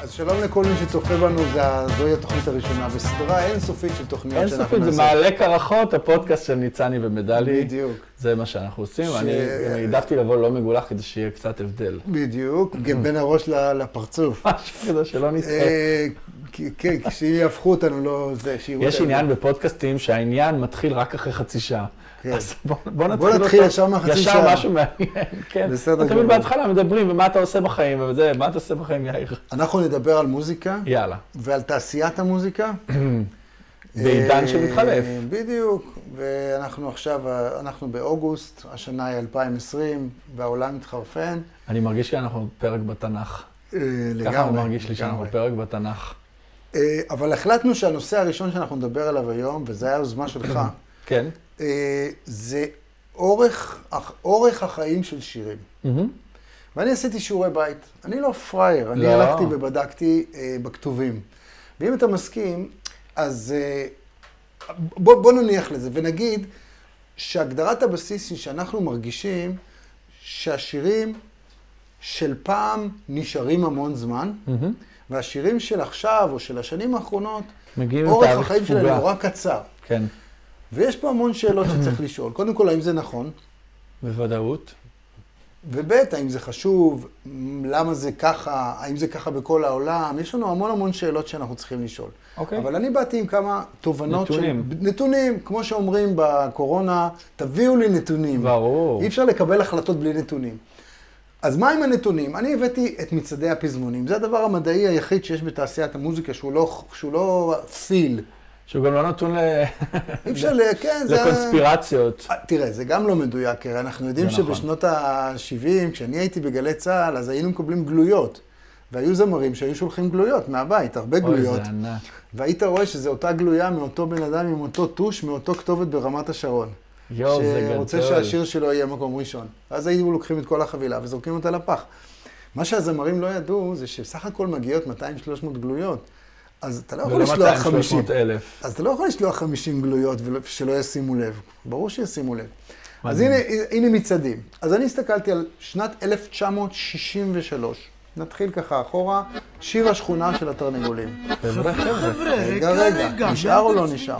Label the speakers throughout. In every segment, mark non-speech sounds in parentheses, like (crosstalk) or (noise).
Speaker 1: אז שלום לכל מי שצופה בנו, זה- זוהי התוכנית הראשונה בסדרה אינסופית של תוכניות
Speaker 2: אין
Speaker 1: שאנחנו
Speaker 2: סופית, זה מעלה קרחות, הפודקאסט של ניצני ומדלי.
Speaker 1: בדיוק.
Speaker 2: זה מה שאנחנו עושים, אני גם העדפתי לבוא לא מגולח כדי שיהיה קצת הבדל. (laughs)
Speaker 1: בדיוק, גם בין הראש ל- לפרצוף.
Speaker 2: משהו כזה שלא נסעה.
Speaker 1: אה, כי- כן, כי שיהפכו אותנו, לא זה, שיראו
Speaker 2: יש
Speaker 1: אותנו.
Speaker 2: עניין בפודקאסטים שהעניין מתחיל רק אחרי חצי שעה.
Speaker 1: כן.
Speaker 2: אז בוא- בוא נתחיל
Speaker 1: בוא נתחיל ישר מהחצי
Speaker 2: ישר
Speaker 1: שעה.
Speaker 2: משהו מעניין, (laughs) כן.
Speaker 1: בסדר
Speaker 2: תמיד
Speaker 1: גמור.
Speaker 2: בהתחלה מדברים, ומה אתה עושה בחיים, וזה, מה אתה עושה בחיים, יאיר?
Speaker 1: (laughs) אנחנו נדבר על מוזיקה
Speaker 2: יאללה. (clears throat)
Speaker 1: ועל תעשיית המוזיקה.
Speaker 2: בעידן
Speaker 1: אה,
Speaker 2: שמתחלף.
Speaker 1: בדיוק, ואנחנו עכשיו, אה, אנחנו באוגוסט, השנה היא 2020, והעולם מתחרפן.
Speaker 2: אני מרגיש שאנחנו פרק בתנ"ך.
Speaker 1: אה, לגמרי.
Speaker 2: ככה הוא מרגיש לי שאנחנו
Speaker 1: לגמרי.
Speaker 2: פרק בתנ"ך.
Speaker 1: אה, אבל החלטנו שהנושא הראשון שאנחנו נדבר עליו היום, וזו הייתה יוזמה
Speaker 2: (laughs)
Speaker 1: שלך,
Speaker 2: כן.
Speaker 1: אה, זה אורך, אח- אורך החיים של שירים.
Speaker 2: מהמם.
Speaker 1: ואני עשיתי שיעורי בית. אני לא פראייר, אני
Speaker 2: לא.
Speaker 1: הלכתי ובדקתי אה, בכתובים. ואם אתה מסכים, אז אה, בוא, בוא נניח לזה, ונגיד שהגדרת הבסיס היא שאנחנו מרגישים שהשירים של פעם נשארים המון זמן,
Speaker 2: מהמם.
Speaker 1: והשירים של עכשיו או של השנים האחרונות,
Speaker 2: מגיעים
Speaker 1: אורך
Speaker 2: לתאריך
Speaker 1: החיים שלהם
Speaker 2: תפוגה.
Speaker 1: נורא קצר.
Speaker 2: כן,
Speaker 1: ויש פה המון
Speaker 2: (clears throat)
Speaker 1: שאלות שצריך לשאול. קודם כל, האם זה נכון?
Speaker 2: בוודאות.
Speaker 1: וב' האם זה חשוב, מ, למה זה ככה, האם זה ככה בכל העולם, יש לנו המון המון שאלות שאנחנו צריכים לשאול.
Speaker 2: אוקיי.
Speaker 1: אבל אני באתי עם כמה תובנות
Speaker 2: נתונים.
Speaker 1: של... נתונים, כמו שאומרים בקורונה, תביאו לי נתונים.
Speaker 2: ברור.
Speaker 1: אי אפשר לקבל החלטות בלי נתונים. אז מה עם הנתונים? אני הבאתי את מצעדי הפזמונים. זה הדבר המדעי היחיד שיש בתעשיית המוזיקה, שהוא לא, שהוא לא פיל.
Speaker 2: שהוא גם לא נתון ל-
Speaker 1: אי אפשר, ל- כן, זה...
Speaker 2: לקונספירציות.
Speaker 1: אה, תראה, זה גם לא מדויק, כי הרי אנחנו יודעים
Speaker 2: זה נכון.
Speaker 1: שבשנות ה-70, כשאני הייתי בגלי צה"ל, אז היינו מקבלים גלויות. והיו זמרים שהיו שולחים גלויות מהבית, הרבה
Speaker 2: אוי,
Speaker 1: גלויות.
Speaker 2: זה ענק.
Speaker 1: והיית רואה שזו אותה גלויה מאותו בן אדם עם אותו טוש, מאותו כתובת ברמת השרון.
Speaker 2: יואו, זה גדול.
Speaker 1: שרוצה שהשיר שלו יהיה מקום ראשון. אז היו לוקחים את כל החבילה וזורקים אותה לפח. מה שהזמרים לא ידעו, זה שבסך הכל מגיעות 200-300 גלויות. אז אתה לא יכול לשלוח 50.
Speaker 2: אלף.
Speaker 1: אז אתה לא יכול לשלוח 50 גלויות ולא- שלא ישימו לב. ברור שישימו לב. אז
Speaker 2: מדהים.
Speaker 1: הנה, הנה מצעדים. אז אני הסתכלתי על שנת 1963. נתחיל ככה אחורה, שיר השכונה של התרנגולים. רגע, רגע, נשאר או לא נשאר?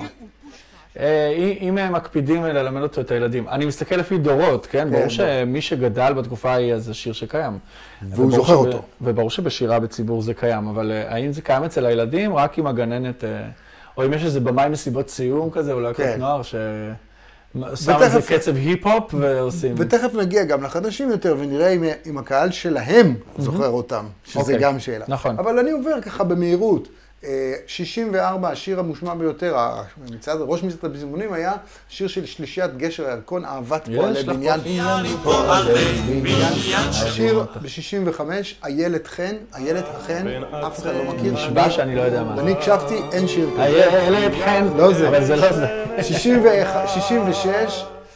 Speaker 2: אה, אם הם מקפידים ללמד אותו את הילדים, אני מסתכל לפי דורות, כן? ברור
Speaker 1: בוא.
Speaker 2: שמי שגדל בתקופה ההיא, אז זה שיר שקיים. וברור
Speaker 1: זוכר
Speaker 2: שב-
Speaker 1: אותו.
Speaker 2: וברור שבשירה בציבור זה קיים, אבל אה, האם זה קיים אצל הילדים? רק אם הגננת, אה, או אם יש איזה במאי מסיבות סיום כזה, אולי כל
Speaker 1: כן.
Speaker 2: נוער, ששם איזה
Speaker 1: ותכף-
Speaker 2: קצב היפ-הופ ועושים...
Speaker 1: ותכף נגיע גם לחדשים יותר, ונראה אם, אם הקהל שלהם זוכר אותם, שזה
Speaker 2: Mhm. אוקיי,
Speaker 1: גם שאלה.
Speaker 2: נכון.
Speaker 1: אבל אני עובר ככה במהירות. אה, 64, השיר המושמע ביותר, ה- מצעד, ראש מצעד הפזמונים היה שיר של שלישיית גשר הירקון, אהבת
Speaker 2: יש
Speaker 1: פועלי
Speaker 2: לך
Speaker 1: בניין. השיר ב-65, איילת חן, איילת אכן, אף אחד לא מכיר.
Speaker 2: נשבע שאני לא יודע מה.
Speaker 1: אני הקשבתי, אין שיר כזה.
Speaker 2: הילד חן,
Speaker 1: לא זה.
Speaker 2: אבל זה לא זה.
Speaker 1: 61 66,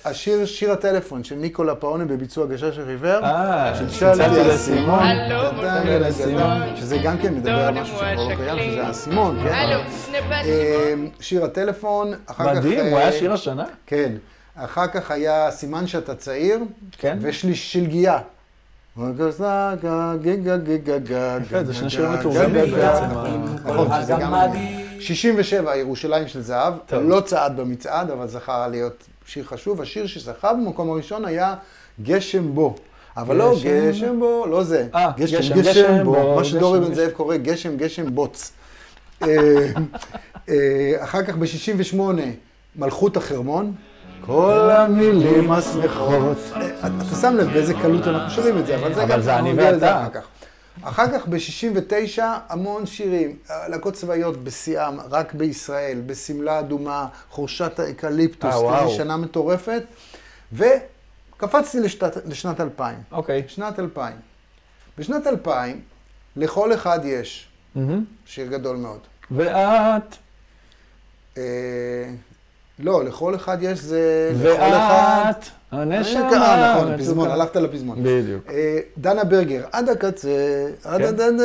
Speaker 1: השיר, שיר הטלפון של ניקולה פאונה בביצוע גשש החיוור,
Speaker 2: אה,
Speaker 1: שלשלתי
Speaker 2: צלצלתי
Speaker 1: לאסימון,
Speaker 3: הלו,
Speaker 1: נתן לי לאסימון, שזה גם כן מדבר על משהו שכבר לא קיים, שזה האסימון, כן?
Speaker 3: Allô, ce n'est pas
Speaker 1: אה, שיר הטלפון, אחר כך...
Speaker 2: מדהים, הוא
Speaker 1: אה,
Speaker 2: היה שיר השנה?
Speaker 1: כן. אחר כך היה סימן שאתה צעיר,
Speaker 2: כן.
Speaker 1: ושלגייה. כן,
Speaker 2: זה שני שירים מתורגמים בעצם, ה-
Speaker 1: נכון, שזה גם... מעניין. 67, ירושלים של זהב,
Speaker 2: טוב.
Speaker 1: לא צעד במצעד, אבל זכה להיות שיר חשוב. השיר שזכה במקום הראשון היה גשם בו. אבל לא
Speaker 2: גשם בו.
Speaker 1: גשם בו, לא זה.
Speaker 2: אה,
Speaker 1: גשם,
Speaker 2: גשם, גשם
Speaker 1: גשם בו,
Speaker 2: בו,
Speaker 1: מה שדורי
Speaker 2: גשם,
Speaker 1: בן זאב קורא גשם, גשם בוץ. אה, אה, אחר כך ב-68, מלכות החרמון. כל המילים השמחות. אתה שם לב באיזה קלות אנחנו שומעים את זה, אבל זה
Speaker 2: אבל
Speaker 1: גם...
Speaker 2: זה
Speaker 1: אנחנו
Speaker 2: אני
Speaker 1: נגיע
Speaker 2: ואתה.
Speaker 1: לזה אחר כך. אחר כך ב-69, המון שירים, להקות צבאיות בשיאם, רק בישראל, בשמלה אדומה, חורשת האקליפטוס,
Speaker 2: אה,
Speaker 1: איזו
Speaker 2: וואו.
Speaker 1: שנה מטורפת. וקפצתי לשנת, לשנת 2000.
Speaker 2: אוקיי.
Speaker 1: שנת 2000. בשנת 2000, לכל אחד יש
Speaker 2: מהמם.
Speaker 1: שיר גדול מאוד.
Speaker 2: ואת,
Speaker 1: אה, לא, לכל אחד יש זה... לכל אחד...
Speaker 2: ואת, הנשמה.
Speaker 1: אה, נכון,
Speaker 2: מצוקה.
Speaker 1: פזמון, הלכת לפזמון.
Speaker 2: בדיוק.
Speaker 1: אה, דנה ברגר, עד הקצה, עד
Speaker 2: כן.
Speaker 1: עד עד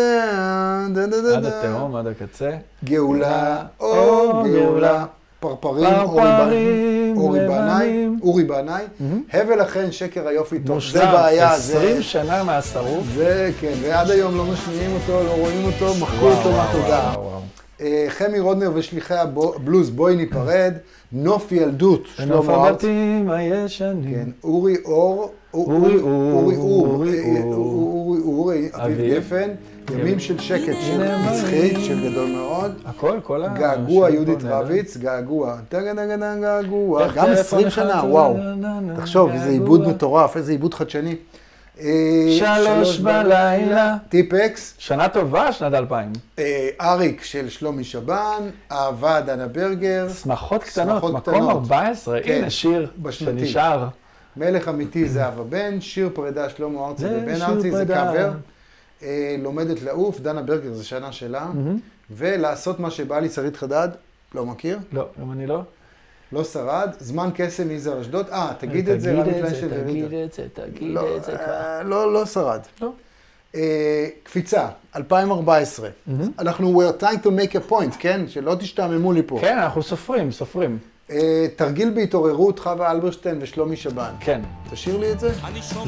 Speaker 1: עד עד
Speaker 2: עד אה,
Speaker 1: עד
Speaker 2: התהום, עד הקצה.
Speaker 1: גאולה, או גאולה, פרפרים, אורי בנאי,
Speaker 2: פרפרים
Speaker 1: אורי בנאי,
Speaker 2: לבנים.
Speaker 1: אורי בנאי,
Speaker 2: מהמם.
Speaker 1: הבל אכן שקר היופי טוב, זה
Speaker 2: מושלם,
Speaker 1: בעיה, זה,
Speaker 2: 20 שנה מהשרוף.
Speaker 1: זה כן, ועד היום לא משמיעים אותו, לא רואים אותו, מחקו אותו מהתודעה.
Speaker 2: וואו, וואו.
Speaker 1: אה, חמי רודנר ושליחי הבלוז, בואי ניפרד, נוף ילדות,
Speaker 2: ונוף
Speaker 1: שלמה ארצי.
Speaker 2: הבתים
Speaker 1: כן,
Speaker 2: הישנים.
Speaker 1: אורי אור,
Speaker 2: אורי אור,
Speaker 1: אורי אור,
Speaker 2: אורי
Speaker 1: אה,
Speaker 2: אור.
Speaker 1: אורי אור, אה, אביב
Speaker 2: אביב.
Speaker 1: גפן, ימים של שקט, של
Speaker 2: הנה אה,
Speaker 1: מצחיק,
Speaker 2: הם.
Speaker 1: של גדול מאוד.
Speaker 2: הכל, כל ה...
Speaker 1: כן. געגוע,
Speaker 2: השיר
Speaker 1: יהודית
Speaker 2: פה,
Speaker 1: רביץ, געגוע. טגדגדן געגוע,
Speaker 2: איך
Speaker 1: גם
Speaker 2: טלפון
Speaker 1: 20
Speaker 2: אחד,
Speaker 1: שנה,
Speaker 2: טה-
Speaker 1: וואו.
Speaker 2: נה- נה- נה-
Speaker 1: תחשוב, איזה
Speaker 2: געגוע.
Speaker 1: עיבוד מטורף, איזה עיבוד חדשני. אה,
Speaker 2: שלוש בלילה.
Speaker 1: טיפקס,
Speaker 2: שנה טובה, שנת 2000.
Speaker 1: אה, אריק של שלומי שבן, אהבה דנה ברגר,
Speaker 2: שמחות קטנות,
Speaker 1: שמחות
Speaker 2: מקום
Speaker 1: קטנות.
Speaker 2: 14.
Speaker 1: כן,
Speaker 2: הנה שיר
Speaker 1: בשנתי.
Speaker 2: שנשאר.
Speaker 1: מלך אמיתי זהבה בן, שיר פרידה שלמה ארצי
Speaker 2: זה
Speaker 1: ובן
Speaker 2: שיר
Speaker 1: ארצי, זה
Speaker 2: פרידה.
Speaker 1: קאבר. אה, לומדת לעוף, דנה ברגר, זו שנה שלה.
Speaker 2: Mm-hmm.
Speaker 1: ולעשות מה שבא לי, שרית חדד, לא מכיר,
Speaker 2: לא, גם אני לא.
Speaker 1: לא שרד. זמן קסם, יזהר אשדוד, אה, תגיד את זה, רמי פלנשטיין
Speaker 2: תגיד
Speaker 1: וריטה.
Speaker 2: את זה, תגיד
Speaker 1: לא,
Speaker 2: את זה כבר.
Speaker 1: אה, לא, לא שרד.
Speaker 2: לא.
Speaker 1: אה, קפיצה, 2014.
Speaker 2: Mm-hmm.
Speaker 1: אנחנו, we're trying to make a point, כן? שלא תשתעממו לי פה.
Speaker 2: כן, אנחנו סופרים, סופרים.
Speaker 1: אה, תרגיל בהתעוררות, חווה אלברשטיין ושלומי שבן.
Speaker 2: כן.
Speaker 1: תשאיר לי את זה?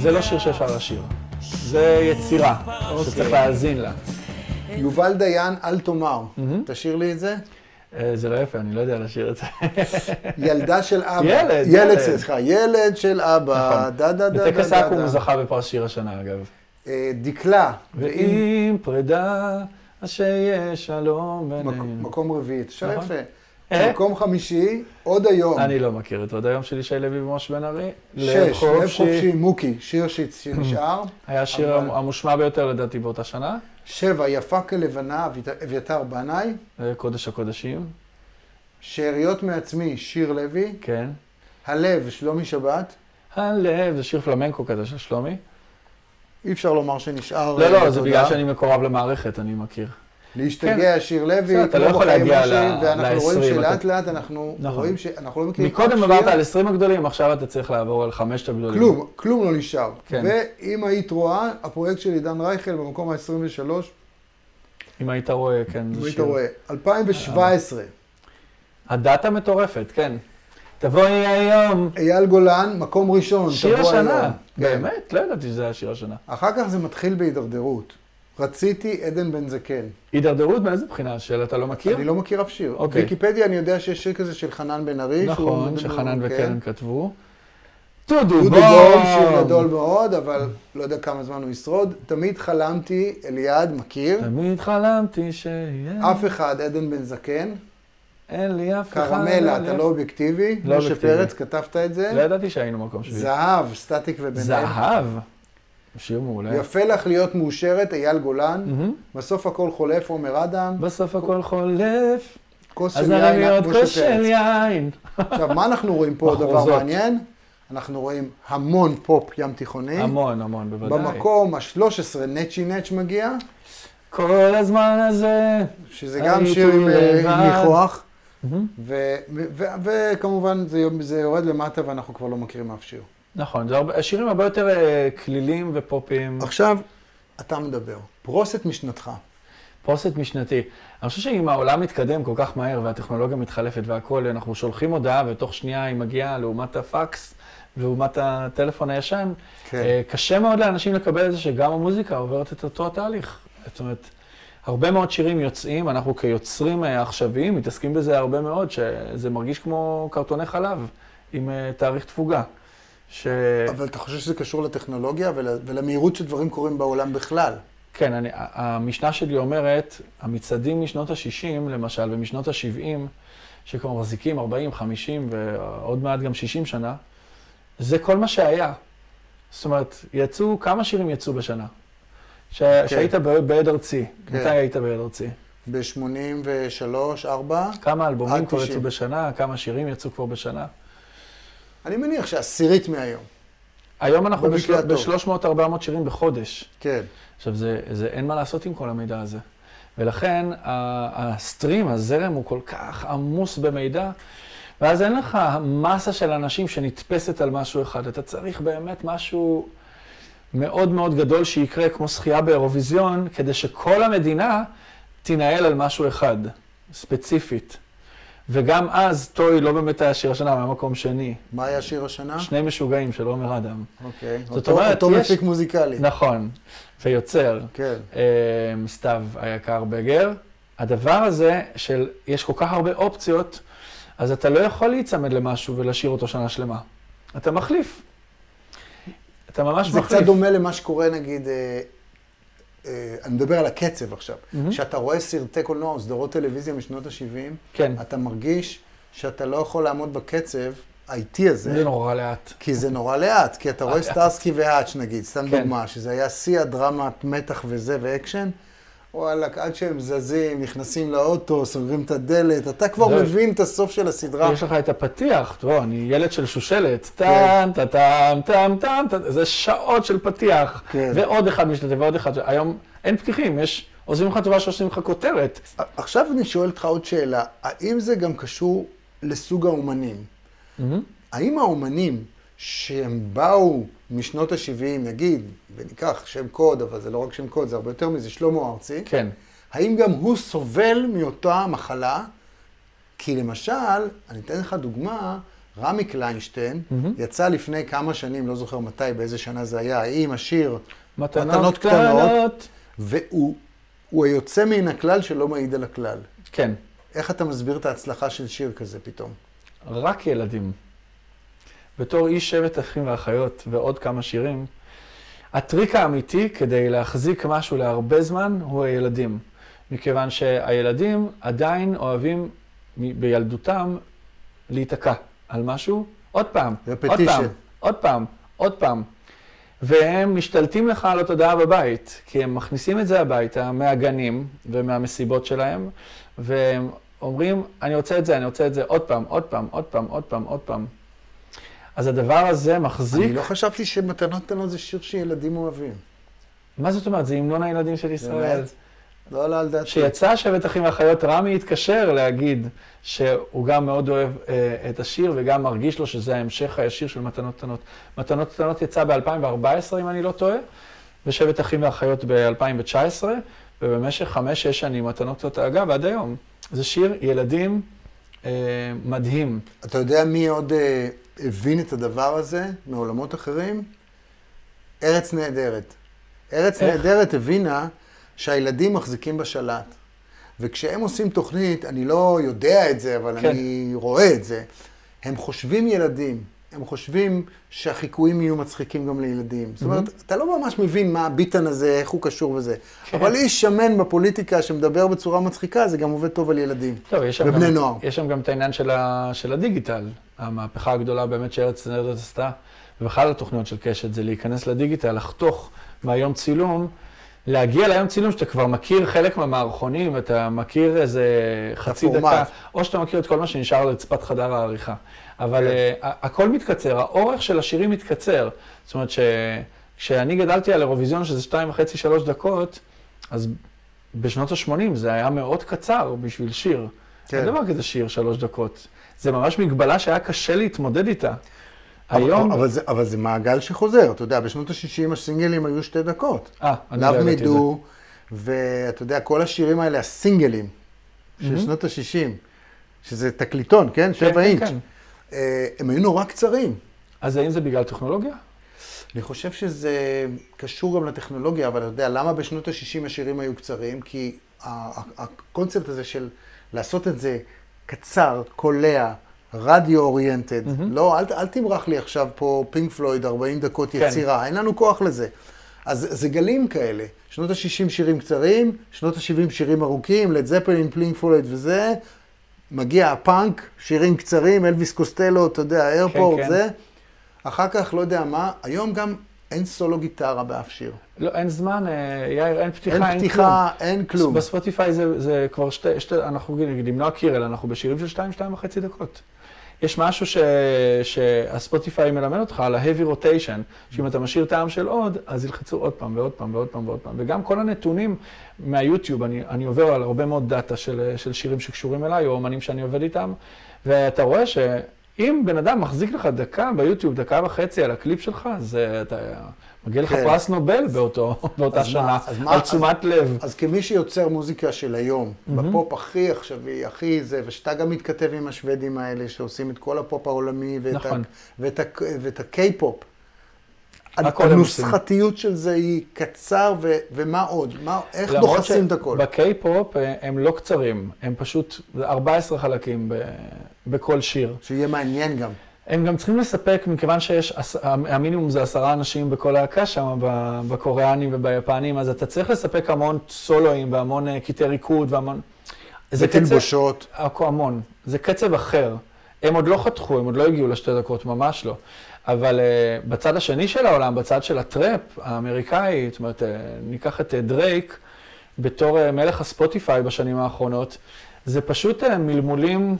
Speaker 2: זה לא שיר שאפשר לשיר. זה יצירה,
Speaker 1: אוקיי.
Speaker 2: שצריך להאזין לה.
Speaker 1: יובל דיין, אל תאמר. תשאיר לי את זה.
Speaker 2: אה, זה לא יפה, אני לא יודע לשיר
Speaker 1: (laughs)
Speaker 2: את זה.
Speaker 1: ילדה של אבא.
Speaker 2: ילד,
Speaker 1: ילד,
Speaker 2: ילד.
Speaker 1: סליחה, ילד של אבא.
Speaker 2: נכון.
Speaker 1: דה דה דה דה
Speaker 2: בטקס
Speaker 1: דה
Speaker 2: אקו"ם הוא
Speaker 1: דה.
Speaker 2: זכה בפרס שיר השנה, אגב.
Speaker 1: אה, דקלה, ואם...
Speaker 2: ואם פרידה, אז שיהיה שלום
Speaker 1: מק-
Speaker 2: בינינו.
Speaker 1: מקום רביעי. תשאר
Speaker 2: אה, נכון.
Speaker 1: יפה.
Speaker 2: אה?
Speaker 1: מקום חמישי, עוד היום.
Speaker 2: אני לא מכיר את עוד היום של ישי לוי ומשה בן ארי. לב
Speaker 1: שש, לב
Speaker 2: חופשי.
Speaker 1: חופשי, מוקי, שיר ש- שנשאר.
Speaker 2: היה השיר
Speaker 1: אבל-
Speaker 2: המושמע ביותר לדעתי באותה שנה.
Speaker 1: שבע, יפה כלבנה, אבית- אביתר בנאי.
Speaker 2: אה, קודש הקודשים,
Speaker 1: שאריות מעצמי, שיר לוי.
Speaker 2: כן.
Speaker 1: הלב, שלומי שבת.
Speaker 2: הלב, זה שיר פלמנקו כזה של שלומי.
Speaker 1: אי אפשר לומר שנשאר...
Speaker 2: לא,
Speaker 1: אה,
Speaker 2: לא, זה
Speaker 1: בתודעה.
Speaker 2: בגלל שאני מקורב למערכת, אני מכיר.
Speaker 1: אוקיי, להשתגע, שיר לוי,
Speaker 2: בסדר, אתה לא
Speaker 1: כמו
Speaker 2: יכול
Speaker 1: בחיים
Speaker 2: להגיע
Speaker 1: משי,
Speaker 2: ל-
Speaker 1: ואנחנו רואים
Speaker 2: ל- 20,
Speaker 1: שלאט
Speaker 2: אתה-
Speaker 1: לאט אנחנו
Speaker 2: נכון.
Speaker 1: רואים שאנחנו לא מכירים אף
Speaker 2: מקודם
Speaker 1: שיר,
Speaker 2: עברת על 20 הגדולים, עכשיו אתה צריך לעבור על חמשת הגדולים.
Speaker 1: כלום, כלום לא נשאר.
Speaker 2: כן.
Speaker 1: ואם היית רואה, הפרויקט של עידן רייכל במקום ה-23,
Speaker 2: אם היית רואה, כן,
Speaker 1: אם
Speaker 2: זה
Speaker 1: היית
Speaker 2: שיר.
Speaker 1: רואה, 2017,
Speaker 2: הדאטה מטורפת, כן. תבואי היום.
Speaker 1: אייל גולן, מקום ראשון,
Speaker 2: שיר
Speaker 1: תבוא
Speaker 2: השנה.
Speaker 1: היום. כן.
Speaker 2: באמת? לא ידעתי שזה היה שיר השנה.
Speaker 1: אחר כך זה מתחיל בהידרדרות. רציתי עדן בן זקן.
Speaker 2: הידרדרות מאיזה בחינה? של אתה לא מכיר?
Speaker 1: אני לא מכיר אף שיר.
Speaker 2: אוקיי.
Speaker 1: ויקיפדיה, אני יודע שיש שיר כזה של חנן בן ארי. שהוא-
Speaker 2: נכון, שחנן
Speaker 1: כן.
Speaker 2: וקרן כתבו. טודו
Speaker 1: דודו
Speaker 2: בום.
Speaker 1: בום, שיר גדול מאוד, אבל לא יודע כמה זמן הוא ישרוד. תמיד חלמתי, אליעד מכיר,
Speaker 2: תמיד חלמתי שיהיה.
Speaker 1: אף אחד, עדן בן זקן,
Speaker 2: אין לי אף אחד.
Speaker 1: קרמלה,
Speaker 2: אין לי
Speaker 1: אתה
Speaker 2: אף-
Speaker 1: לא אובייקטיבי, משה
Speaker 2: לא אובייקטיבי.
Speaker 1: פרץ, כתבת את
Speaker 2: לא
Speaker 1: זה,
Speaker 2: ידעתי שהיינו מקום שביעי.
Speaker 1: זהב, סטטיק ובן אל,
Speaker 2: זהב. אה? שיר מעולה.
Speaker 1: יפה לך להיות מאושרת, אייל גולן,
Speaker 2: מהמם.
Speaker 1: בסוף הכל חולף, עומר אדם,
Speaker 2: בסוף הכל חולף,
Speaker 1: כוס
Speaker 2: אה. אז
Speaker 1: של
Speaker 2: אני
Speaker 1: יין,
Speaker 2: מאוד כוס
Speaker 1: משה
Speaker 2: של
Speaker 1: פרץ.
Speaker 2: יין.
Speaker 1: עכשיו, מה אנחנו רואים פה, דבר
Speaker 2: מחרוזות.
Speaker 1: מעניין? אנחנו רואים המון פופ ים תיכוני.
Speaker 2: המון, המון, בוודאי.
Speaker 1: במקום ה-13 נצ'י נץ' מגיע,
Speaker 2: כל הזמן הזה.
Speaker 1: שזה גם
Speaker 2: הייתי
Speaker 1: שיר עם אה, עם
Speaker 2: לבד.
Speaker 1: ניחוח.
Speaker 2: מהמם.
Speaker 1: ו- ו- ו- וכמובן זה, יום- זה יורד למטה ואנחנו כבר לא מכירים אף שיר.
Speaker 2: נכון, זה הרבה- השירים הרבה יותר אה, כלילים ופופיים.
Speaker 1: עכשיו, אתה מדבר. פרוס את משנתך.
Speaker 2: פוסט משנתי. אני חושב שאם העולם מתקדם כל כך מהר והטכנולוגיה מתחלפת והכול, אנחנו שולחים הודעה ותוך שנייה היא מגיעה לעומת הפקס, לעומת הטלפון הישן.
Speaker 1: כן.
Speaker 2: אה, קשה מאוד לאנשים לקבל את זה שגם המוזיקה עוברת את אותו התהליך. זאת אומרת, הרבה מאוד שירים יוצאים, אנחנו כיוצרים אה, עכשוויים מתעסקים בזה הרבה מאוד, שזה מרגיש כמו קרטוני חלב עם אה, תאריך תפוגה. ש...
Speaker 1: אבל אתה חושב שזה קשור לטכנולוגיה ול, ולמהירות שדברים קורים בעולם בכלל?
Speaker 2: כן, אני, ה- המשנה שלי אומרת, המצעדים משנות ה-60, למשל, ומשנות ה-70, שכבר מחזיקים 40, 50 ועוד מעט גם 60 שנה, זה כל מה שהיה. זאת אומרת, יצאו, כמה שירים יצאו בשנה? ש... כן. שהיית ב- בעד ארצי.
Speaker 1: כן.
Speaker 2: כן. מתי היית בעד ארצי?
Speaker 1: ב-83, 4?
Speaker 2: כמה אלבומים
Speaker 1: עד
Speaker 2: כבר
Speaker 1: 90.
Speaker 2: יצאו בשנה? כמה שירים יצאו כבר בשנה?
Speaker 1: אני מניח שעשירית מהיום.
Speaker 2: היום אנחנו
Speaker 1: במקרה הטוב.
Speaker 2: ב-300-400 שירים בחודש.
Speaker 1: כן.
Speaker 2: עכשיו, זה, זה אין מה לעשות עם כל המידע הזה. ולכן ה- הסטרים, הזרם הוא כל כך עמוס במידע, ואז אין לך מסה של אנשים שנתפסת על משהו אחד. אתה צריך באמת משהו מאוד מאוד גדול שיקרה, כמו שחייה באירוויזיון, כדי שכל המדינה תינעל על משהו אחד, ספציפית. וגם אז טוי לא באמת היה שיר השנה, הוא היה מקום שני.
Speaker 1: מה היה שיר השנה?
Speaker 2: שני משוגעים של עומר אדם.
Speaker 1: אוקיי.
Speaker 2: זאת
Speaker 1: אותו-
Speaker 2: אומרת,
Speaker 1: אותו
Speaker 2: יש-
Speaker 1: מפיק מוזיקלי.
Speaker 2: נכון, ויוצר.
Speaker 1: כן.
Speaker 2: אמ, סתיו היקר בגר. הדבר הזה של יש כל כך הרבה אופציות, אז אתה לא יכול להיצמד למשהו ולהשאיר אותו שנה שלמה. אתה מחליף. אתה ממש
Speaker 1: זה
Speaker 2: מחליף.
Speaker 1: קצת דומה למה שקורה, נגיד, אה, אה, אני מדבר על הקצב עכשיו.
Speaker 2: מהמם.
Speaker 1: כשאתה רואה סרטי קולנוע או סדרות טלוויזיה משנות ה-70,
Speaker 2: כן,
Speaker 1: אתה מרגיש שאתה לא יכול לעמוד בקצב האיטי הזה,
Speaker 2: זה נורא לאט.
Speaker 1: כי זה נורא לאט. כי אתה
Speaker 2: (laughs)
Speaker 1: רואה
Speaker 2: אה,
Speaker 1: סטארסקי והאץ', נגיד, סתם
Speaker 2: כן.
Speaker 1: דוגמה, שזה היה שיא הדרמת מתח וזה ואקשן. וואלכ, עד שהם זזים, נכנסים לאוטו, סוגרים את הדלת, אתה כבר
Speaker 2: זה-
Speaker 1: מבין את הסוף של הסדרה.
Speaker 2: לא. יש לך את הפתיח, תראו, אני ילד של
Speaker 1: כן.
Speaker 2: שושלת, טאם, טאם, טאם, טאם, טאם, טאם, זה שעות של פתיח,
Speaker 1: כן.
Speaker 2: ועוד אחד משתתף ועוד אחד, היום אין פתיחים, יש, עוזבים לך טובה שעושים לך כותרת.
Speaker 1: עכשיו אני שואל אותך עוד שאלה, האם זה גם קשור לסוג האומנים? האם האומנים שהם באו משנות ה-70, נגיד, וניקח שם קוד, אבל זה לא רק שם קוד, זה הרבה יותר מזה, שלמה ארצי,
Speaker 2: כן,
Speaker 1: האם גם הוא סובל מאותה מחלה? כי למשל, אני אתן לך דוגמה, רמי קליינשטיין
Speaker 2: מהמם.
Speaker 1: יצא לפני כמה שנים, לא זוכר מתי, באיזה שנה זה היה, עם השיר,
Speaker 2: מתנות
Speaker 1: מתנות
Speaker 2: קטנות.
Speaker 1: והוא הוא היוצא מן הכלל שלא מעיד על הכלל.
Speaker 2: כן,
Speaker 1: איך אתה מסביר את ההצלחה של שיר כזה פתאום?
Speaker 2: רק ילדים. בתור איש שבט אחים ואחיות ועוד כמה שירים, הטריק האמיתי כדי להחזיק משהו להרבה זמן הוא הילדים. מכיוון שהילדים עדיין אוהבים מ- בילדותם להיתקע על משהו עוד פעם, עוד
Speaker 1: Repetition.
Speaker 2: פעם, עוד פעם, עוד פעם. והם משתלטים לך על התודעה בבית, כי הם מכניסים את זה הביתה מהגנים ומהמסיבות שלהם, והם אומרים, אני רוצה את זה, אני רוצה את זה עוד פעם, עוד פעם, עוד פעם, עוד פעם, עוד פעם. אז הדבר הזה מחזיק...
Speaker 1: אני לא חשבתי שמתנות קטנות זה שיר שילדים אוהבים.
Speaker 2: מה זאת אומרת? זה המנון הילדים של ישראל.
Speaker 1: באמת? לא עלה על דעתי.
Speaker 2: כשיצא שבט אחים ואחיות, רמי התקשר להגיד שהוא גם מאוד אוהב אה, את השיר וגם מרגיש לו שזה ההמשך הישיר של מתנות קטנות. מתנות קטנות יצא ב-2014, אם אני לא טועה, ושבט אחים ואחיות ב-2019, ובמשך חמש-שש שנים מתנות קטנות, אגב, עד היום. זה שיר ילדים אה, מדהים.
Speaker 1: אתה יודע מי עוד אה, הבין את הדבר הזה מעולמות אחרים? ארץ נהדרת. ארץ
Speaker 2: איך?
Speaker 1: נהדרת הבינה שהילדים מחזיקים בשלט. וכשהם עושים תוכנית, אני לא יודע את זה, אבל
Speaker 2: כן.
Speaker 1: אני רואה את זה. הם חושבים ילדים, הם חושבים שהחיקויים יהיו מצחיקים גם לילדים. זאת אומרת, אתה לא ממש מבין מה הביטן הזה, איך הוא קשור וזה.
Speaker 2: Mm-hmm. כן.
Speaker 1: אבל איש שמן בפוליטיקה שמדבר בצורה מצחיקה, זה גם עובד טוב על ילדים.
Speaker 2: טוב, יש שם,
Speaker 1: ובני
Speaker 2: גם,
Speaker 1: נוער.
Speaker 2: יש שם גם את העניין של, ה, של הדיגיטל, המהפכה הגדולה באמת שארץ נהדרת עשתה, ובכלל התוכניות של קשת, זה להיכנס לדיגיטל, לחתוך מהיום צילום, להגיע ליום צילום שאתה כבר מכיר חלק מהמערכונים, אתה מכיר איזה חצי דקה,
Speaker 1: הפורמט.
Speaker 2: או שאתה מכיר את כל מה שנשאר לרצפת חדר העריכה.
Speaker 1: כן.
Speaker 2: אבל uh, הכל מתקצר, האורך של השירים מתקצר. זאת אומרת ש... כשאני גדלתי על אירוויזיון שזה שתיים וחצי, שלוש דקות, אז בשנות ה-80 זה היה מאוד קצר בשביל שיר.
Speaker 1: כן.
Speaker 2: כן. אין דבר כזה שיר שלוש דקות. זה ממש מגבלה שהיה קשה להתמודד איתה.
Speaker 1: אבל-
Speaker 2: היום...
Speaker 1: אבל זה, אבל זה מעגל שחוזר, אתה יודע, בשנות ה-60 הסינגלים היו שתי דקות.
Speaker 2: אה, אני לא
Speaker 1: לאו
Speaker 2: ידעתי את זה.
Speaker 1: מידו, ואתה יודע, כל השירים האלה, הסינגלים, של שנות ה-60, שזה תקליטון, כן?
Speaker 2: כן,
Speaker 1: שבע
Speaker 2: כן,
Speaker 1: אינץ'.
Speaker 2: כן.
Speaker 1: אה, הם היו נורא קצרים.
Speaker 2: אז האם זה בגלל טכנולוגיה?
Speaker 1: אני חושב שזה קשור גם לטכנולוגיה, אבל אתה יודע, למה בשנות ה-60 השירים היו קצרים? כי ה- ה- הקונספט הזה של לעשות את זה קצר, קולע, רדיו אוריינטד, לא, אל, ת- אל תמרח לי עכשיו פה פינק פלויד 40 דקות
Speaker 2: כן.
Speaker 1: יצירה, אין לנו כוח לזה. אז זה גלים כאלה, שנות ה-60 שירים קצרים, שנות ה-70 שירים ארוכים, לד זפלין, פלינק פלויד וזה, מגיע הפאנק, שירים קצרים, אלוויס קוסטלו, אתה יודע, איירפורט,
Speaker 2: כן.
Speaker 1: זה. אחר כך, לא יודע מה, היום גם אין סולו גיטרה באף שיר.
Speaker 2: לא, אין זמן, אה, יאיר, אין פתיחה,
Speaker 1: אין
Speaker 2: אין, כלום.
Speaker 1: פתיחה, אין כלום.
Speaker 2: בספוטיפיי זה, זה כבר שתי, שתי, אנחנו נגיד, עם נועה קירל, אנחנו בשירים של שתיים, שתיים וחצי דקות. יש משהו ש, שהספוטיפיי מלמד אותך על ה-heavy rotation, שאם אתה משאיר טעם של עוד, אז ילחצו עוד פעם ועוד פעם ועוד פעם ועוד פעם. וגם כל הנתונים מהיוטיוב, אני, אני עובר על הרבה מאוד דאטה של, של שירים שקשורים אליי, או אמנים שאני עובד איתם, ואתה רואה שאם בן אדם מחזיק לך דקה ביוטיוב, דקה וחצי על הקליפ שלך, זה אתה מגיע לך
Speaker 1: כן.
Speaker 2: פרס נובל באותו, באותה
Speaker 1: אז מה-
Speaker 2: שנה,
Speaker 1: אז מה-
Speaker 2: על תשומת לב.
Speaker 1: אז כמי שיוצר מוזיקה של היום, בפופ הכי עכשווי, הכי זה, ושאתה גם מתכתב עם השוודים האלה, שעושים את כל הפופ העולמי, ואת,
Speaker 2: נכון.
Speaker 1: ה, ואת, ה, ואת הקיי-פופ.
Speaker 2: הכל הם
Speaker 1: הנוסחתיות של זה היא קצר, ו, ומה עוד? מה, איך
Speaker 2: למרות
Speaker 1: דוחסים את הכל?
Speaker 2: בקיי-פופ אה, הם לא קצרים, הם פשוט זה 14 חלקים ב- בכל שיר.
Speaker 1: שיהיה מעניין גם.
Speaker 2: הם גם צריכים לספק, מכיוון שיש, עש- המינימום זה עשרה אנשים בכל להקה שם, ב- בקוריאנים וביפנים, אז אתה צריך לספק המון סולואים והמון אה, קטעי ריקוד והמון... זה
Speaker 1: ותלבושות.
Speaker 2: קצב, הכל המון. זה קצב אחר. הם עוד לא חתכו, הם עוד לא הגיעו לשתי דקות, ממש לא. אבל uh, בצד השני של העולם, בצד של הטראפ האמריקאי, זאת אומרת, uh, ניקח את uh, דרייק בתור uh, מלך הספוטיפיי בשנים האחרונות, זה פשוט uh, מלמולים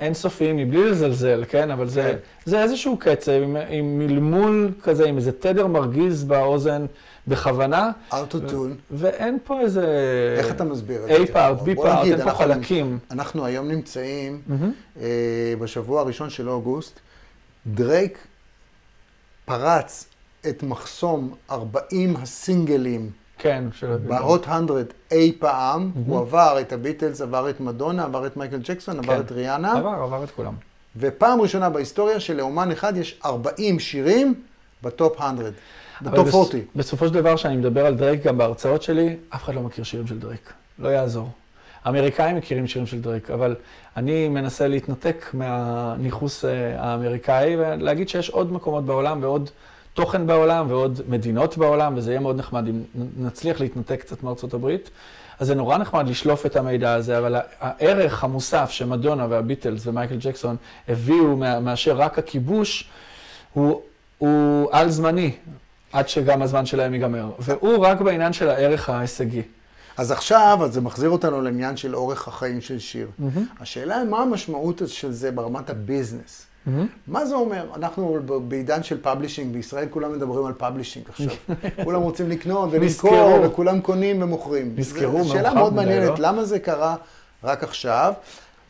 Speaker 2: אינסופיים, מבלי לזלזל, כן? אבל זה,
Speaker 1: כן.
Speaker 2: זה איזשהו קצב עם, עם מלמול כזה, עם איזה תדר מרגיז באוזן בכוונה,
Speaker 1: ארטוטון,
Speaker 2: ואין פה איזה...
Speaker 1: איך אתה מסביר את זה?
Speaker 2: אה, A part, B
Speaker 1: בוא
Speaker 2: part,
Speaker 1: נגיד,
Speaker 2: אין פה
Speaker 1: אנחנו-
Speaker 2: חלקים.
Speaker 1: אנחנו היום נמצאים
Speaker 2: מהמם.
Speaker 1: אה, בשבוע הראשון של אוגוסט, דרייק פרץ את מחסום 40 הסינגלים
Speaker 2: כן, של...
Speaker 1: בהוט 100 אי פעם. הוא עבר את הביטלס, עבר את מדונה, עבר את מייקל ג'קסון, עבר
Speaker 2: כן.
Speaker 1: את ריאנה,
Speaker 2: עבר, עבר את כולם.
Speaker 1: ופעם ראשונה בהיסטוריה שלאומן אחד יש 40 שירים בטופ 100,
Speaker 2: אבל
Speaker 1: בטופ
Speaker 2: בס-
Speaker 1: 40.
Speaker 2: בסופו של דבר, כשאני מדבר על דרייק, גם בהרצאות שלי, אף אחד לא מכיר שירים של דרייק. לא יעזור. האמריקאים מכירים שירים של דרייק, אבל אני מנסה להתנתק מהניכוס אה, האמריקאי ולהגיד שיש עוד מקומות בעולם ועוד תוכן בעולם ועוד מדינות בעולם, וזה יהיה מאוד נחמד אם נ- נצליח להתנתק קצת מארצות הברית. אז זה נורא נחמד לשלוף את המידע הזה, אבל ה- הערך המוסף שמדונה והביטלס ומייקל ג'קסון הביאו מה- מאשר רק הכיבוש, הוא, הוא על זמני, עד שגם הזמן שלהם ייגמר. והוא רק בעניין של הערך ההישגי.
Speaker 1: אז עכשיו, אז זה מחזיר אותנו לעניין של אורך החיים של שיר. השאלה היא, מה המשמעות של זה ברמת הביזנס?
Speaker 2: Mm-hmm.
Speaker 1: מה זה אומר? אנחנו ב- בעידן של פאבלישינג, בישראל כולם מדברים על פאבלישינג עכשיו.
Speaker 2: (laughs)
Speaker 1: כולם רוצים לקנות ולמכור,
Speaker 2: נזכרו.
Speaker 1: וכולם קונים ומוכרים.
Speaker 2: נזכרו,
Speaker 1: זו שאלה
Speaker 2: מאוחר
Speaker 1: מאוד
Speaker 2: מדי,
Speaker 1: מעניינת,
Speaker 2: לא?
Speaker 1: למה זה קרה רק עכשיו,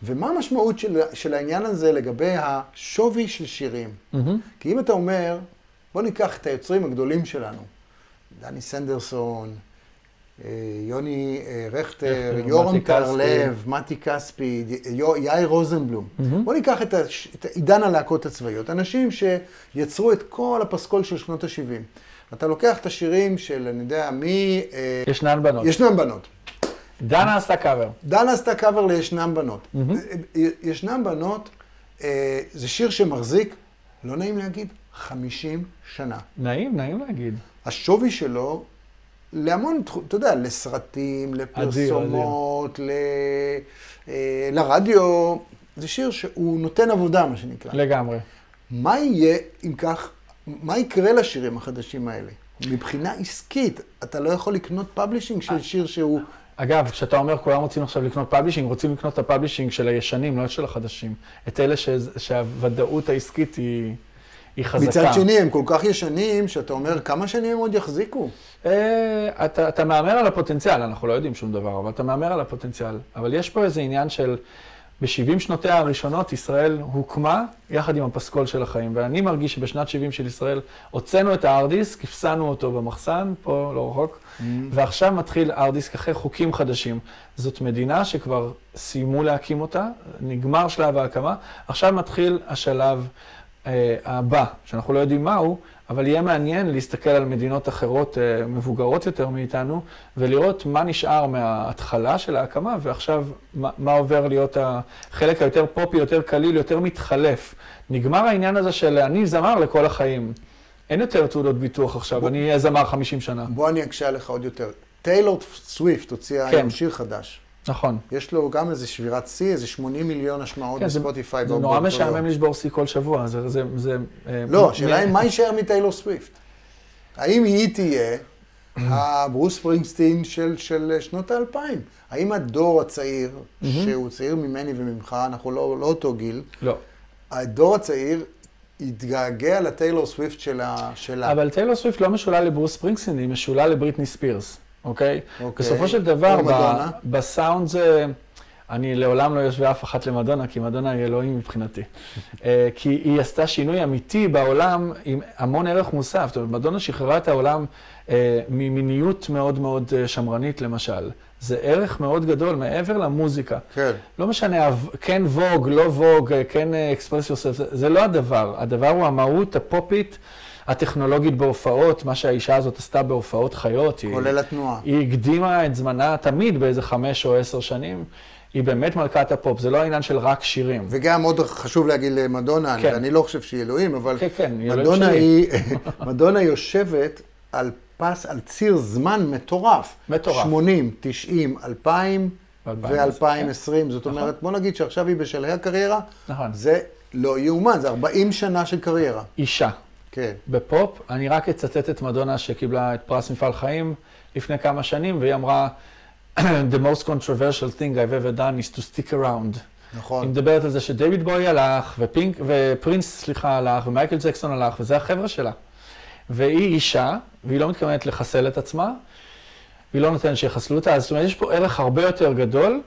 Speaker 1: ומה המשמעות של, של העניין הזה לגבי השווי של שירים. כי אם אתה אומר, בוא ניקח את היוצרים הגדולים שלנו, דני סנדרסון, אה, יוני אה, רכטר,
Speaker 2: רכטר,
Speaker 1: יורם
Speaker 2: מתי כספי.
Speaker 1: טרלב, מתי כספי, יו- יאיר רוזנבלום. בוא ניקח את הש- את עידן הלהקות הצבאיות, אנשים שיצרו את כל הפסקול של שנות ה-70. אתה לוקח את השירים של, אני יודע, מי... אה,
Speaker 2: ישנן בנות.
Speaker 1: ישנם בנות.
Speaker 2: דנה עשתה קאבר.
Speaker 1: דנה עשתה קאבר לישנם בנות. אה, ישנם בנות, אה, זה שיר שמחזיק, לא נעים להגיד, 50 שנה.
Speaker 2: נעים, נעים להגיד.
Speaker 1: השווי שלו להמון, תחו- אתה יודע, לסרטים, לפרסומות, ל... אה, לרדיו. זה שיר שהוא נותן עבודה, מה שנקרא.
Speaker 2: לגמרי.
Speaker 1: מה יהיה, אם כך, מה יקרה לשירים החדשים האלה? מבחינה עסקית, אתה לא יכול לקנות פאבלישינג
Speaker 2: אה,
Speaker 1: של שיר שהוא...
Speaker 2: אגב, כשאתה אומר כולם רוצים עכשיו לקנות פאבלישינג, רוצים לקנות את הפאבלישינג של הישנים, לא של החדשים. את אלה ש... שהוודאות העסקית היא, היא חזקה.
Speaker 1: מצד שני, הם כל כך ישנים, שאתה אומר, כמה שנים הם עוד יחזיקו?
Speaker 2: אה, אתה, אתה מהמר על הפוטנציאל, אנחנו לא יודעים שום דבר, אבל אתה מהמר על הפוטנציאל. אבל יש פה איזה עניין של, ב-70 שנותיה הראשונות ישראל הוקמה יחד עם הפסקול של החיים. ואני מרגיש שבשנת 70 של ישראל הוצאנו את הארדיסק, הפסענו אותו במחסן, פה לא רחוק, ועכשיו מתחיל ארדיסק אחרי חוקים חדשים. זאת מדינה שכבר סיימו להקים אותה, נגמר שלב ההקמה, עכשיו מתחיל השלב אה, הבא, שאנחנו לא יודעים מהו, אבל יהיה מעניין להסתכל על מדינות אחרות אה, מבוגרות יותר מאיתנו, ולראות מה נשאר מההתחלה של ההקמה, ועכשיו מה, מה עובר להיות החלק היותר פופי, יותר קליל, יותר מתחלף. נגמר העניין הזה של אני זמר לכל החיים. אין יותר תעודות ביטוח עכשיו, אני אהיה זמר 50 שנה.
Speaker 1: בוא אני אקשה עליך עוד יותר. טיילור סוויפט הוציאה
Speaker 2: כן.
Speaker 1: היום שיר חדש.
Speaker 2: נכון.
Speaker 1: יש לו גם איזה שבירת שיא, איזה 80 מיליון השמעות
Speaker 2: כן, זה-
Speaker 1: בספוטיפיי.
Speaker 2: זה
Speaker 1: בו-
Speaker 2: נורא
Speaker 1: באותו יום.
Speaker 2: משעמם לשבור שיא כל שבוע, זה... זה, זה אה,
Speaker 1: לא, השאלה היא
Speaker 2: מ-
Speaker 1: מה יישאר מטיילור סוויפט. האם היא תהיה הברוס פרינגסטין של, של שנות האלפיים? האם הדור הצעיר, שהוא צעיר ממני וממך, אנחנו לא, לא אותו גיל,
Speaker 2: לא.
Speaker 1: הדור הצעיר יתגעגע לטיילור סוויפט שלה. שלה.
Speaker 2: אבל טיילור סוויפט לא משולה לברוס ספרינגסטין, היא משולה לבריטני ספירס, אוקיי?
Speaker 1: אוקיי.
Speaker 2: בסופו של
Speaker 1: או
Speaker 2: דבר, ב-
Speaker 1: מדונה.
Speaker 2: בסאונד זה... אני לעולם לא יושבי אף אחת למדונה, כי מדונה היא אלוהים
Speaker 1: (laughs)
Speaker 2: מבחינתי. אה, כי היא עשתה שינוי אמיתי בעולם עם המון ערך מוסף. זאת אומרת, מדונה שחררה את העולם אה, ממיניות מאוד מאוד אה, שמרנית, למשל. זה ערך מאוד גדול מעבר למוזיקה.
Speaker 1: כן.
Speaker 2: לא משנה, הו- כן ווג, לא ווג, אה, כן אה, אקספרס יוסף, זה- זה לא הדבר. הדבר הוא המהות הפופית, הטכנולוגית בהופעות, מה שהאישה הזאת עשתה בהופעות חיות. היא-
Speaker 1: כולל התנועה.
Speaker 2: היא הקדימה את זמנה תמיד באיזה חמש או עשר שנים. היא באמת מלכת הפופ, זה לא העניין של רק שירים.
Speaker 1: וגם עוד חשוב להגיד למדונה,
Speaker 2: כן.
Speaker 1: כן. אני לא חושב שהיא אלוהים, אבל
Speaker 2: כן, כן, היא אלוהים
Speaker 1: מדונה,
Speaker 2: שלי.
Speaker 1: היא, (laughs) מדונה יושבת על פס, על ציר זמן מטורף.
Speaker 2: מטורף.
Speaker 1: 80, 90, 2000
Speaker 2: ו-2020,
Speaker 1: ו-2020. זאת אומרת, בוא נגיד שעכשיו היא בשלהי הקריירה,
Speaker 2: כן. נכון.
Speaker 1: זה לא יאומן, זה 40 שנה של קריירה.
Speaker 2: אישה
Speaker 1: כן.
Speaker 2: בפופ, אני רק אצטט את מדונה שקיבלה את פרס מפעל חיים לפני כמה שנים, והיא אמרה, (clears throat) The most controversial thing I've ever done is to stick around. היא
Speaker 1: נכון.
Speaker 2: מדברת על זה שדייוויד בוי הלך, ופינק, ופרינס, סליחה, הלך, ומייקל ג'קסון הלך, וזה החבר'ה שלה. והיא אישה, והיא לא מתכוונת לחסל את עצמה, והיא לא נותנת שיחסלו אותה, אז זאת אומרת, יש פה ערך הרבה יותר גדול,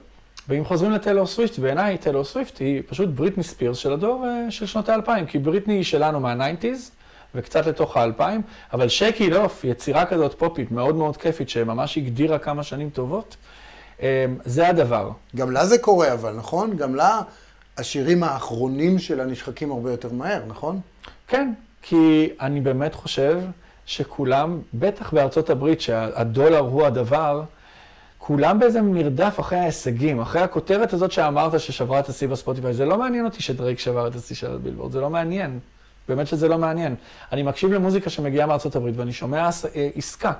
Speaker 2: ואם חוזרים לטיילור סוויפט, בעיניי טיילור סוויפט היא פשוט בריטני ספירס של הדור אה, של שנות האלפיים, כי בריטני היא שלנו מהניינטיז, וקצת לתוך האלפיים, אבל שקי לוף, יצירה כזאת פופית מאוד מאוד כיפית, שממש הגדירה כמה שנים טובות, אה, זה הדבר.
Speaker 1: גם לה זה קורה, אבל נכון? גם לה השירים האחרונים שלה נשחקים הרבה יותר מהר, נכון?
Speaker 2: כן, כי אני באמת חושב שכולם, בטח בארצות הברית, שהדולר הוא הדבר, כולם באיזה מרדף אחרי ההישגים, אחרי הכותרת הזאת שאמרת ששברה את השיא בספוטיפיי. זה לא מעניין אותי שדרייק שבר את השיא של הבילבורד, זה לא מעניין. באמת שזה לא מעניין. אני מקשיב למוזיקה שמגיעה מארצות הברית ואני שומע עס- אה, עסקה.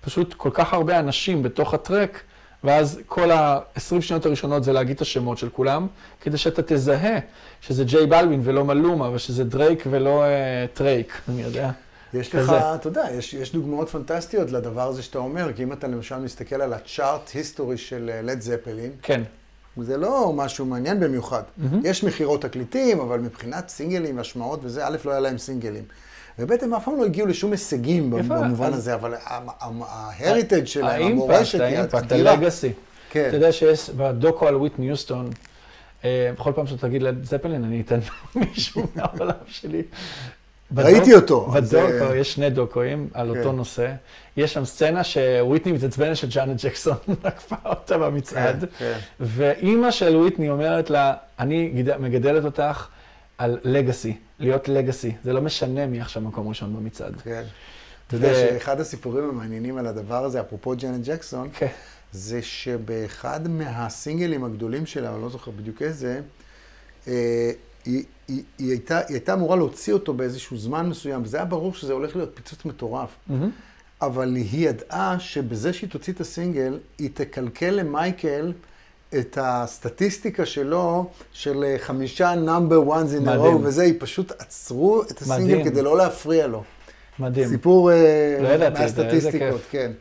Speaker 2: פשוט כל כך הרבה אנשים בתוך הטרק, ואז כל ה-20 שניות הראשונות זה להגיד את השמות של כולם, כדי שאתה תזהה שזה ג'יי בלווין ולא מלומה, ושזה דרייק ולא אה, טרייק, אני יודע.
Speaker 1: יש
Speaker 2: כזה.
Speaker 1: לך, אתה יודע, יש, יש דוגמאות פנטסטיות לדבר הזה שאתה אומר, כי אם אתה למשל מסתכל על הצ'ארט היסטורי של לד זפלין,
Speaker 2: כן,
Speaker 1: זה לא משהו מעניין במיוחד. Mm-hmm. יש מכירות תקליטים, אבל מבחינת סינגלים והשמעות וזה, א', לא היה להם סינגלים. וב' הם אף פעם לא הגיעו לשום הישגים
Speaker 2: יפה,
Speaker 1: במובן
Speaker 2: אז-
Speaker 1: הזה, אבל ההריטג' שלהם,
Speaker 2: האימפקט,
Speaker 1: המורשת היא
Speaker 2: האימפקט,
Speaker 1: אדירה.
Speaker 2: הלגאסי.
Speaker 1: כן.
Speaker 2: אתה יודע שיש בדוקו על ויט ניוסטון, אה, בכל פעם שאתה תגיד לזפלין, אני אתן (laughs) מישהו מהעולם שלי.
Speaker 1: ראיתי
Speaker 2: בדוק-
Speaker 1: אותו, אז,
Speaker 2: בדוקו,
Speaker 1: אה,
Speaker 2: יש שני דוקואים על אותו
Speaker 1: כן.
Speaker 2: נושא. יש שם סצנה שוויטני מתעצבנת שג'אנט ג'קסון (laughs) עקפה אותה במצעד,
Speaker 1: כן, כן.
Speaker 2: ואימא של וויטני אומרת לה, אני גיד- מגדלת אותך על לגאסי, להיות לגאסי. זה לא משנה מי עכשיו מקום ראשון במצעד.
Speaker 1: כן. אתה יודע
Speaker 2: ו-
Speaker 1: שאחד הסיפורים המעניינים על הדבר הזה, אפרופו ג'נט ג'קסון,
Speaker 2: כן.
Speaker 1: זה שבאחד מהסינגלים הגדולים שלה, אני לא זוכר בדיוק איזה, אה, היא, היא, היא, הייתה, היא הייתה אמורה להוציא אותו באיזשהו זמן מסוים, וזה היה ברור שזה הולך להיות פיצוץ מטורף.
Speaker 2: Mm-hmm.
Speaker 1: אבל היא ידעה שבזה שהיא תוציא את הסינגל, היא תקלקל למייקל את הסטטיסטיקה שלו, של אה, חמישה number ones in a row,
Speaker 2: מדהים.
Speaker 1: וזה, היא פשוט עצרו את הסינגל
Speaker 2: מדהים.
Speaker 1: כדי לא להפריע לו.
Speaker 2: מדהים.
Speaker 1: סיפור אה,
Speaker 2: לא ידעתי את זה, איזה
Speaker 1: מהסטטיסטיקות, כן.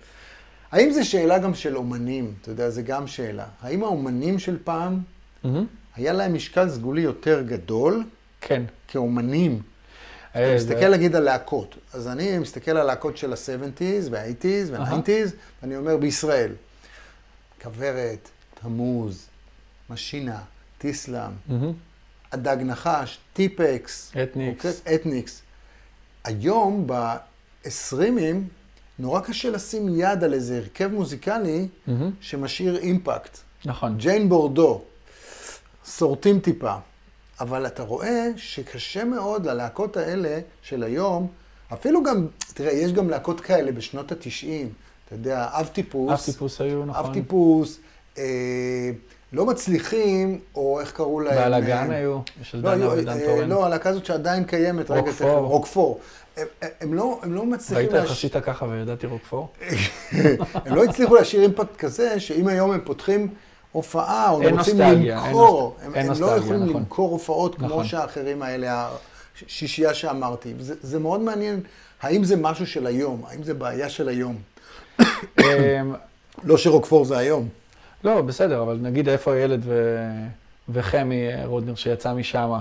Speaker 1: האם זו שאלה גם של אומנים? אתה יודע, זו גם שאלה. האם האומנים של פעם,
Speaker 2: מהמם.
Speaker 1: היה להם משקל סגולי יותר גדול
Speaker 2: כן.
Speaker 1: כאומנים?
Speaker 2: אה,
Speaker 1: אתה מסתכל נגיד על להקות. אז אני מסתכל על להקות של ה-70's וה-80's וה-90's, ואני אומר בישראל, כוורת, תמוז, משינה, טיסלאם,
Speaker 2: מהמם.
Speaker 1: הדג נחש, טיפקס,
Speaker 2: אה, אתניקס.
Speaker 1: אוקיי? אתניקס. היום, בעשרימים, נורא קשה לשים יד על איזה הרכב מוזיקלי
Speaker 2: מהמם.
Speaker 1: שמשאיר אימפקט.
Speaker 2: נכון.
Speaker 1: ג'יין בורדו, סורטים טיפה, אבל אתה רואה שקשה מאוד ללהקות האלה של היום, אפילו גם, תראה, יש גם להקות כאלה בשנות התשעים, אתה יודע, אב טיפוס.
Speaker 2: אף טיפוס היו, נכון.
Speaker 1: אב טיפוס, אה, לא מצליחים, או איך קראו להם?
Speaker 2: והלאגן
Speaker 1: אה,
Speaker 2: היו, של
Speaker 1: לא,
Speaker 2: דנה
Speaker 1: היו,
Speaker 2: ודן
Speaker 1: אה,
Speaker 2: תורן.
Speaker 1: לא, הלהקה הזאת שעדיין קיימת, רגע,
Speaker 2: רוקפור.
Speaker 1: תכף, רוקפור. הם- הם- הם לא- הם לא מצליחים...
Speaker 2: ראית
Speaker 1: להש-
Speaker 2: איך עשית ככה וידעתי רוקפור?
Speaker 1: אה, הם לא הצליחו להשאיר אימפקט כזה, שאם היום הם פותחים הופעה, או
Speaker 2: אין
Speaker 1: הם רוצים
Speaker 2: נוסטלגיה, אין
Speaker 1: למכור,
Speaker 2: נוסט-
Speaker 1: הם,
Speaker 2: אין
Speaker 1: הם לא
Speaker 2: נוסטלגיה,
Speaker 1: יכולים
Speaker 2: נכון.
Speaker 1: למכור הופעות כמו
Speaker 2: נכון.
Speaker 1: שהאחרים האלה, השישייה שאמרתי. זה, זה מאוד מעניין, האם זה משהו של היום, האם זה בעיה של היום.
Speaker 2: אמ,
Speaker 1: לא שרוקפור זה היום.
Speaker 2: לא, בסדר, אבל נגיד איפה הילד ו... וחמי אה, רודנר שיצא משם.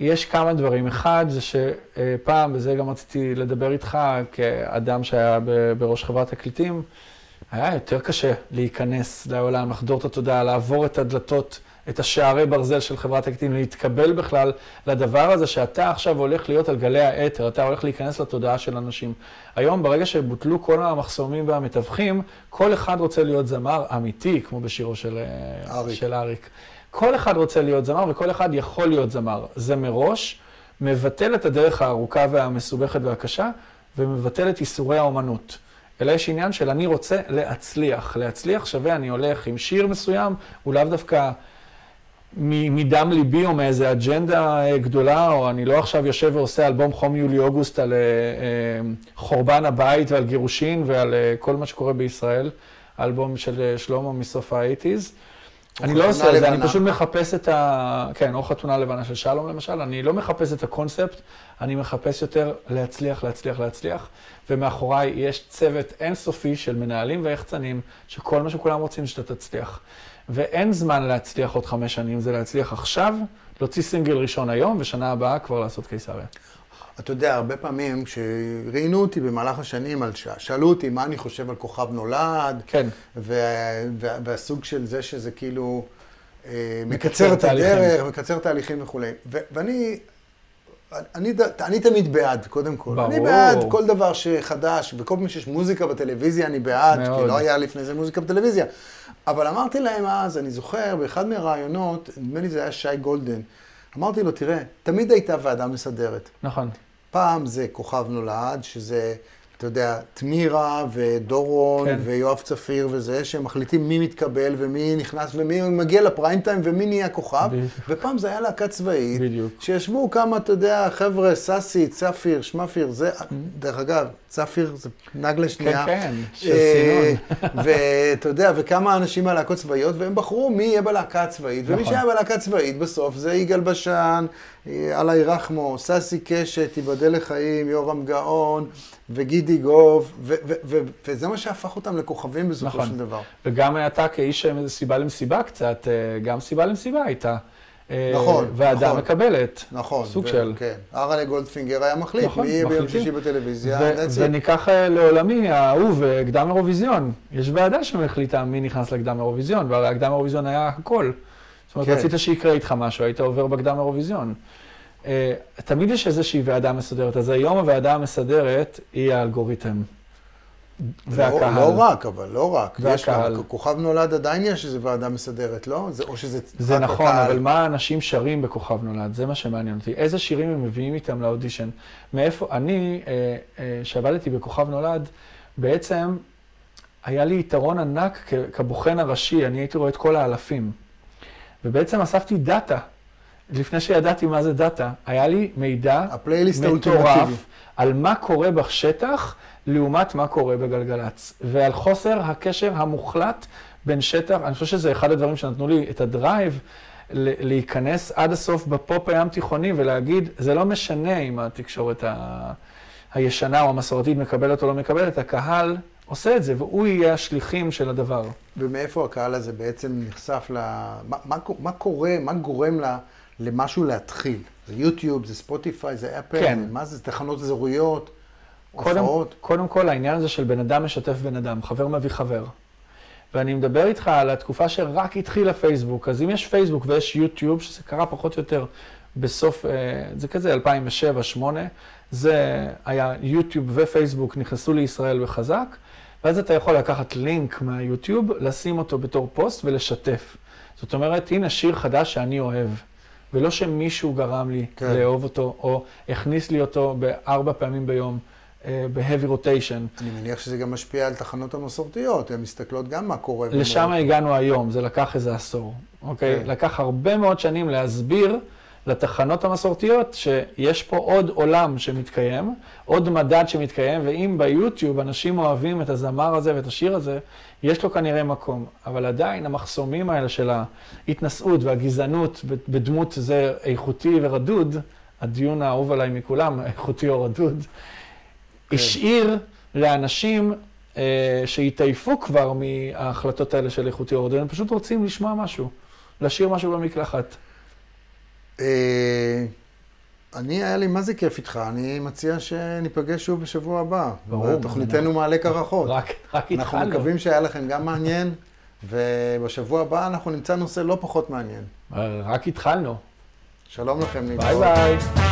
Speaker 2: יש כמה דברים. אחד זה שפעם, וזה גם רציתי לדבר איתך כאדם שהיה ב- בראש חברת תקליטים, היה יותר קשה להיכנס לעולם, לחדור את התודעה, לעבור את הדלתות, את השערי ברזל של חברת הקטים, להתקבל בכלל לדבר הזה שאתה עכשיו הולך להיות על גלי האתר, אתה הולך להיכנס לתודעה של אנשים. היום, ברגע שבוטלו כל המחסומים והמתווכים, כל אחד רוצה להיות זמר אמיתי, כמו בשירו של אה,
Speaker 1: אריק.
Speaker 2: של אריק. כל אחד רוצה להיות זמר וכל אחד יכול להיות זמר. זה מראש מבטל את הדרך הארוכה והמסובכת והקשה, ומבטל את איסורי האומנות. אלא יש עניין של אני רוצה להצליח. להצליח שווה אני הולך עם שיר מסוים, הוא לאו דווקא מ- מדם ליבי או מאיזה אג'נדה אה, גדולה, או אני לא עכשיו יושב ועושה אלבום חום יולי-אוגוסט על אה, אה, חורבן הבית ועל גירושין ועל אה, כל מה שקורה בישראל, אלבום של אה, שלמה מסוף האייטיז. אני לא
Speaker 1: חתונה
Speaker 2: עושה את זה, אני
Speaker 1: לבנה.
Speaker 2: פשוט מחפש את ה... כן, או חתונה לבנה של שלום למשל, אני לא מחפש את הקונספט, אני מחפש יותר להצליח, להצליח, להצליח, ומאחוריי יש צוות אינסופי של מנהלים ויחצנים, שכל מה שכולם רוצים שאתה תצליח. ואין זמן להצליח עוד חמש שנים, זה להצליח עכשיו, להוציא סינגל ראשון היום, ושנה הבאה כבר לעשות קיסריה.
Speaker 1: אתה יודע, הרבה פעמים כשראיינו אותי במהלך השנים, על ש... שאלו אותי מה אני חושב על כוכב נולד,
Speaker 2: כן.
Speaker 1: ו... וה... והסוג של זה שזה כאילו אה,
Speaker 2: מקצר
Speaker 1: מקצר את
Speaker 2: תהליכים.
Speaker 1: הדרך, מקצר תהליכים וכולי. ו... ואני אני, ד- אני תמיד בעד, קודם כל.
Speaker 2: ברור.
Speaker 1: אני בעד כל דבר שחדש, וכל פעם שיש מוזיקה בטלוויזיה, אני בעד,
Speaker 2: מאוד.
Speaker 1: כי לא היה לפני זה מוזיקה בטלוויזיה. אבל אמרתי להם אז, אני זוכר, באחד מהראיונות, נדמה לי זה היה שי גולדן, אמרתי לו, תראה, תמיד הייתה ועדה מסדרת.
Speaker 2: נכון.
Speaker 1: פעם זה כוכב נולד, שזה, אתה יודע, תמירה ודורון
Speaker 2: כן.
Speaker 1: כן. ויואב צפיר וזה, שהם מחליטים מי מתקבל ומי נכנס ומי מגיע לפריים טיים ומי נהיה כוכב.
Speaker 2: בדיוק.
Speaker 1: ופעם זה היה להקה צבאית.
Speaker 2: בדיוק.
Speaker 1: שישבו כמה, אתה יודע, חבר'ה, סאסי, צפיר, שמפיר, זה, דרך אגב, צפיר זה נגלה שנייה.
Speaker 2: כן, של
Speaker 1: אה, (laughs) ואתה יודע, וכמה אנשים מהלהקות צבאיות, והם בחרו מי יהיה בלהקה הצבאית. ומי
Speaker 2: נכון.
Speaker 1: שהיה בלהקה הצבאית בסוף זה יגאל בשן, אה, אללה ירחמו, סאסי קשת, תיבדל לחיים, יורם גאון, וגידי גוב, ו- ו- ו- וזה מה שהפך אותם לכוכבים בסופו
Speaker 2: נכון.
Speaker 1: של דבר.
Speaker 2: וגם אתה כאיש אה, סיבה למסיבה קצת, אה, גם סיבה למסיבה הייתה. אה,
Speaker 1: נכון,
Speaker 2: ועדה
Speaker 1: נכון.
Speaker 2: מקבלת.
Speaker 1: נכון.
Speaker 2: סוג
Speaker 1: ו-
Speaker 2: של.
Speaker 1: כן. ארלה גולדפינגר היה מחליט
Speaker 2: נכון,
Speaker 1: מי יהיה ביום
Speaker 2: מחליטים.
Speaker 1: שישי בטלוויזיה,
Speaker 2: ו-
Speaker 1: that's it.
Speaker 2: וניקח אה, לעולמי, האהוב, אה, קדם אירוויזיון. יש ועדה שמחליטה מי נכנס לקדם אירוויזיון, והרי הקדם אירוויזיון היה הכל. זאת אומרת,
Speaker 1: כן.
Speaker 2: רצית שיקרה איתך משהו, היית עובר בקדם אירוויזיון. אה, תמיד יש איזושהי ועדה מסודרת, אז היום הוועדה המסדרת היא האלגוריתם. והקהל.
Speaker 1: לא, לא רק, אבל לא רק. יש
Speaker 2: והקהל.
Speaker 1: גם, כוכב נולד עדיין יש איזו ועדה מסדרת, לא? זה, או שזה
Speaker 2: זה
Speaker 1: רק
Speaker 2: נכון,
Speaker 1: הקהל.
Speaker 2: אבל מה האנשים שרים בכוכב נולד? זה מה שמעניין אותי. איזה שירים הם מביאים איתם לאודישן? מאיפה, אני, אה, אה, שעבדתי בכוכב נולד, בעצם היה לי יתרון ענק כ- כבוחן הראשי, אני הייתי רואה את כל האלפים. ובעצם אספתי דאטה. לפני שידעתי מה זה דאטה, היה לי מידע
Speaker 1: הפלייליסט האולטימטיבי.
Speaker 2: מטורף על מה קורה בשטח לעומת מה קורה בגלגלצ, ועל חוסר הקשר המוחלט בין שטח, אני חושב שזה אחד הדברים שנתנו לי את הדרייב ל- להיכנס עד הסוף בפופ הים תיכוני ולהגיד, זה לא משנה אם התקשורת ה... הישנה או המסורתית מקבלת או לא מקבלת, הקהל עושה את זה, והוא יהיה השליחים של הדבר.
Speaker 1: ומאיפה הקהל הזה בעצם נחשף ל... מה, מה, קו- מה קורה, מה גורם ל, למשהו להתחיל? זה יוטיוב, זה ספוטיפיי, זה אפל,
Speaker 2: כן.
Speaker 1: זה מה זה, תחנות אזוריות,
Speaker 2: קודם,
Speaker 1: הופעות.
Speaker 2: קודם כל, העניין הזה של בן אדם משתף בן אדם, חבר מביא חבר. ואני מדבר איתך על התקופה שרק התחיל הפייסבוק. אז אם יש פייסבוק ויש יוטיוב, שזה קרה פחות או יותר בסוף, אה, זה כזה 2007-2008, זה היה יוטיוב ופייסבוק נכנסו לישראל בחזק, ואז אתה יכול לקחת לינק מהיוטיוב, לשים אותו בתור פוסט ולשתף. זאת אומרת, הנה שיר חדש שאני אוהב, ולא שמישהו גרם לי
Speaker 1: כן.
Speaker 2: כן. לאהוב אותו, או הכניס לי אותו בארבע פעמים ביום, אה, ב-heavy rotation.
Speaker 1: אני מניח שזה גם משפיע על תחנות המסורתיות, הן מסתכלות גם מה קורה.
Speaker 2: לשם הגענו היום, זה לקח איזה עשור, אוקיי?
Speaker 1: כן.
Speaker 2: לקח הרבה מאוד שנים להסביר לתחנות המסורתיות שיש פה עוד עולם שמתקיים, עוד מדד שמתקיים, ואם ביוטיוב אנשים אוהבים את הזמר הזה ואת השיר הזה, יש לו כנראה מקום. אבל עדיין המחסומים האלה של ההתנשאות והגזענות ב- בדמות זה איכותי ורדוד, הדיון האהוב עליי מכולם, (laughs) איכותי או רדוד, השאיר לאנשים אה, שהתעייפו כבר מההחלטות האלה של איכותי אורדן, הם פשוט רוצים לשמוע משהו, לשיר משהו במקלחת.
Speaker 1: אה, אני, היה לי מה זה כיף איתך, אני מציע שניפגש שוב בשבוע הבא. אה,
Speaker 2: ברור.
Speaker 1: תוכניתנו מעלה קרחות.
Speaker 2: רק, לא. רק התחלנו.
Speaker 1: נכון. אנחנו מקווים שהיה לכם גם מעניין, ובשבוע הבא אנחנו נמצא נושא לא פחות מעניין.
Speaker 2: אה, רק התחלנו.
Speaker 1: שלום לכם,
Speaker 2: ביי
Speaker 1: להתראות.
Speaker 2: ביי.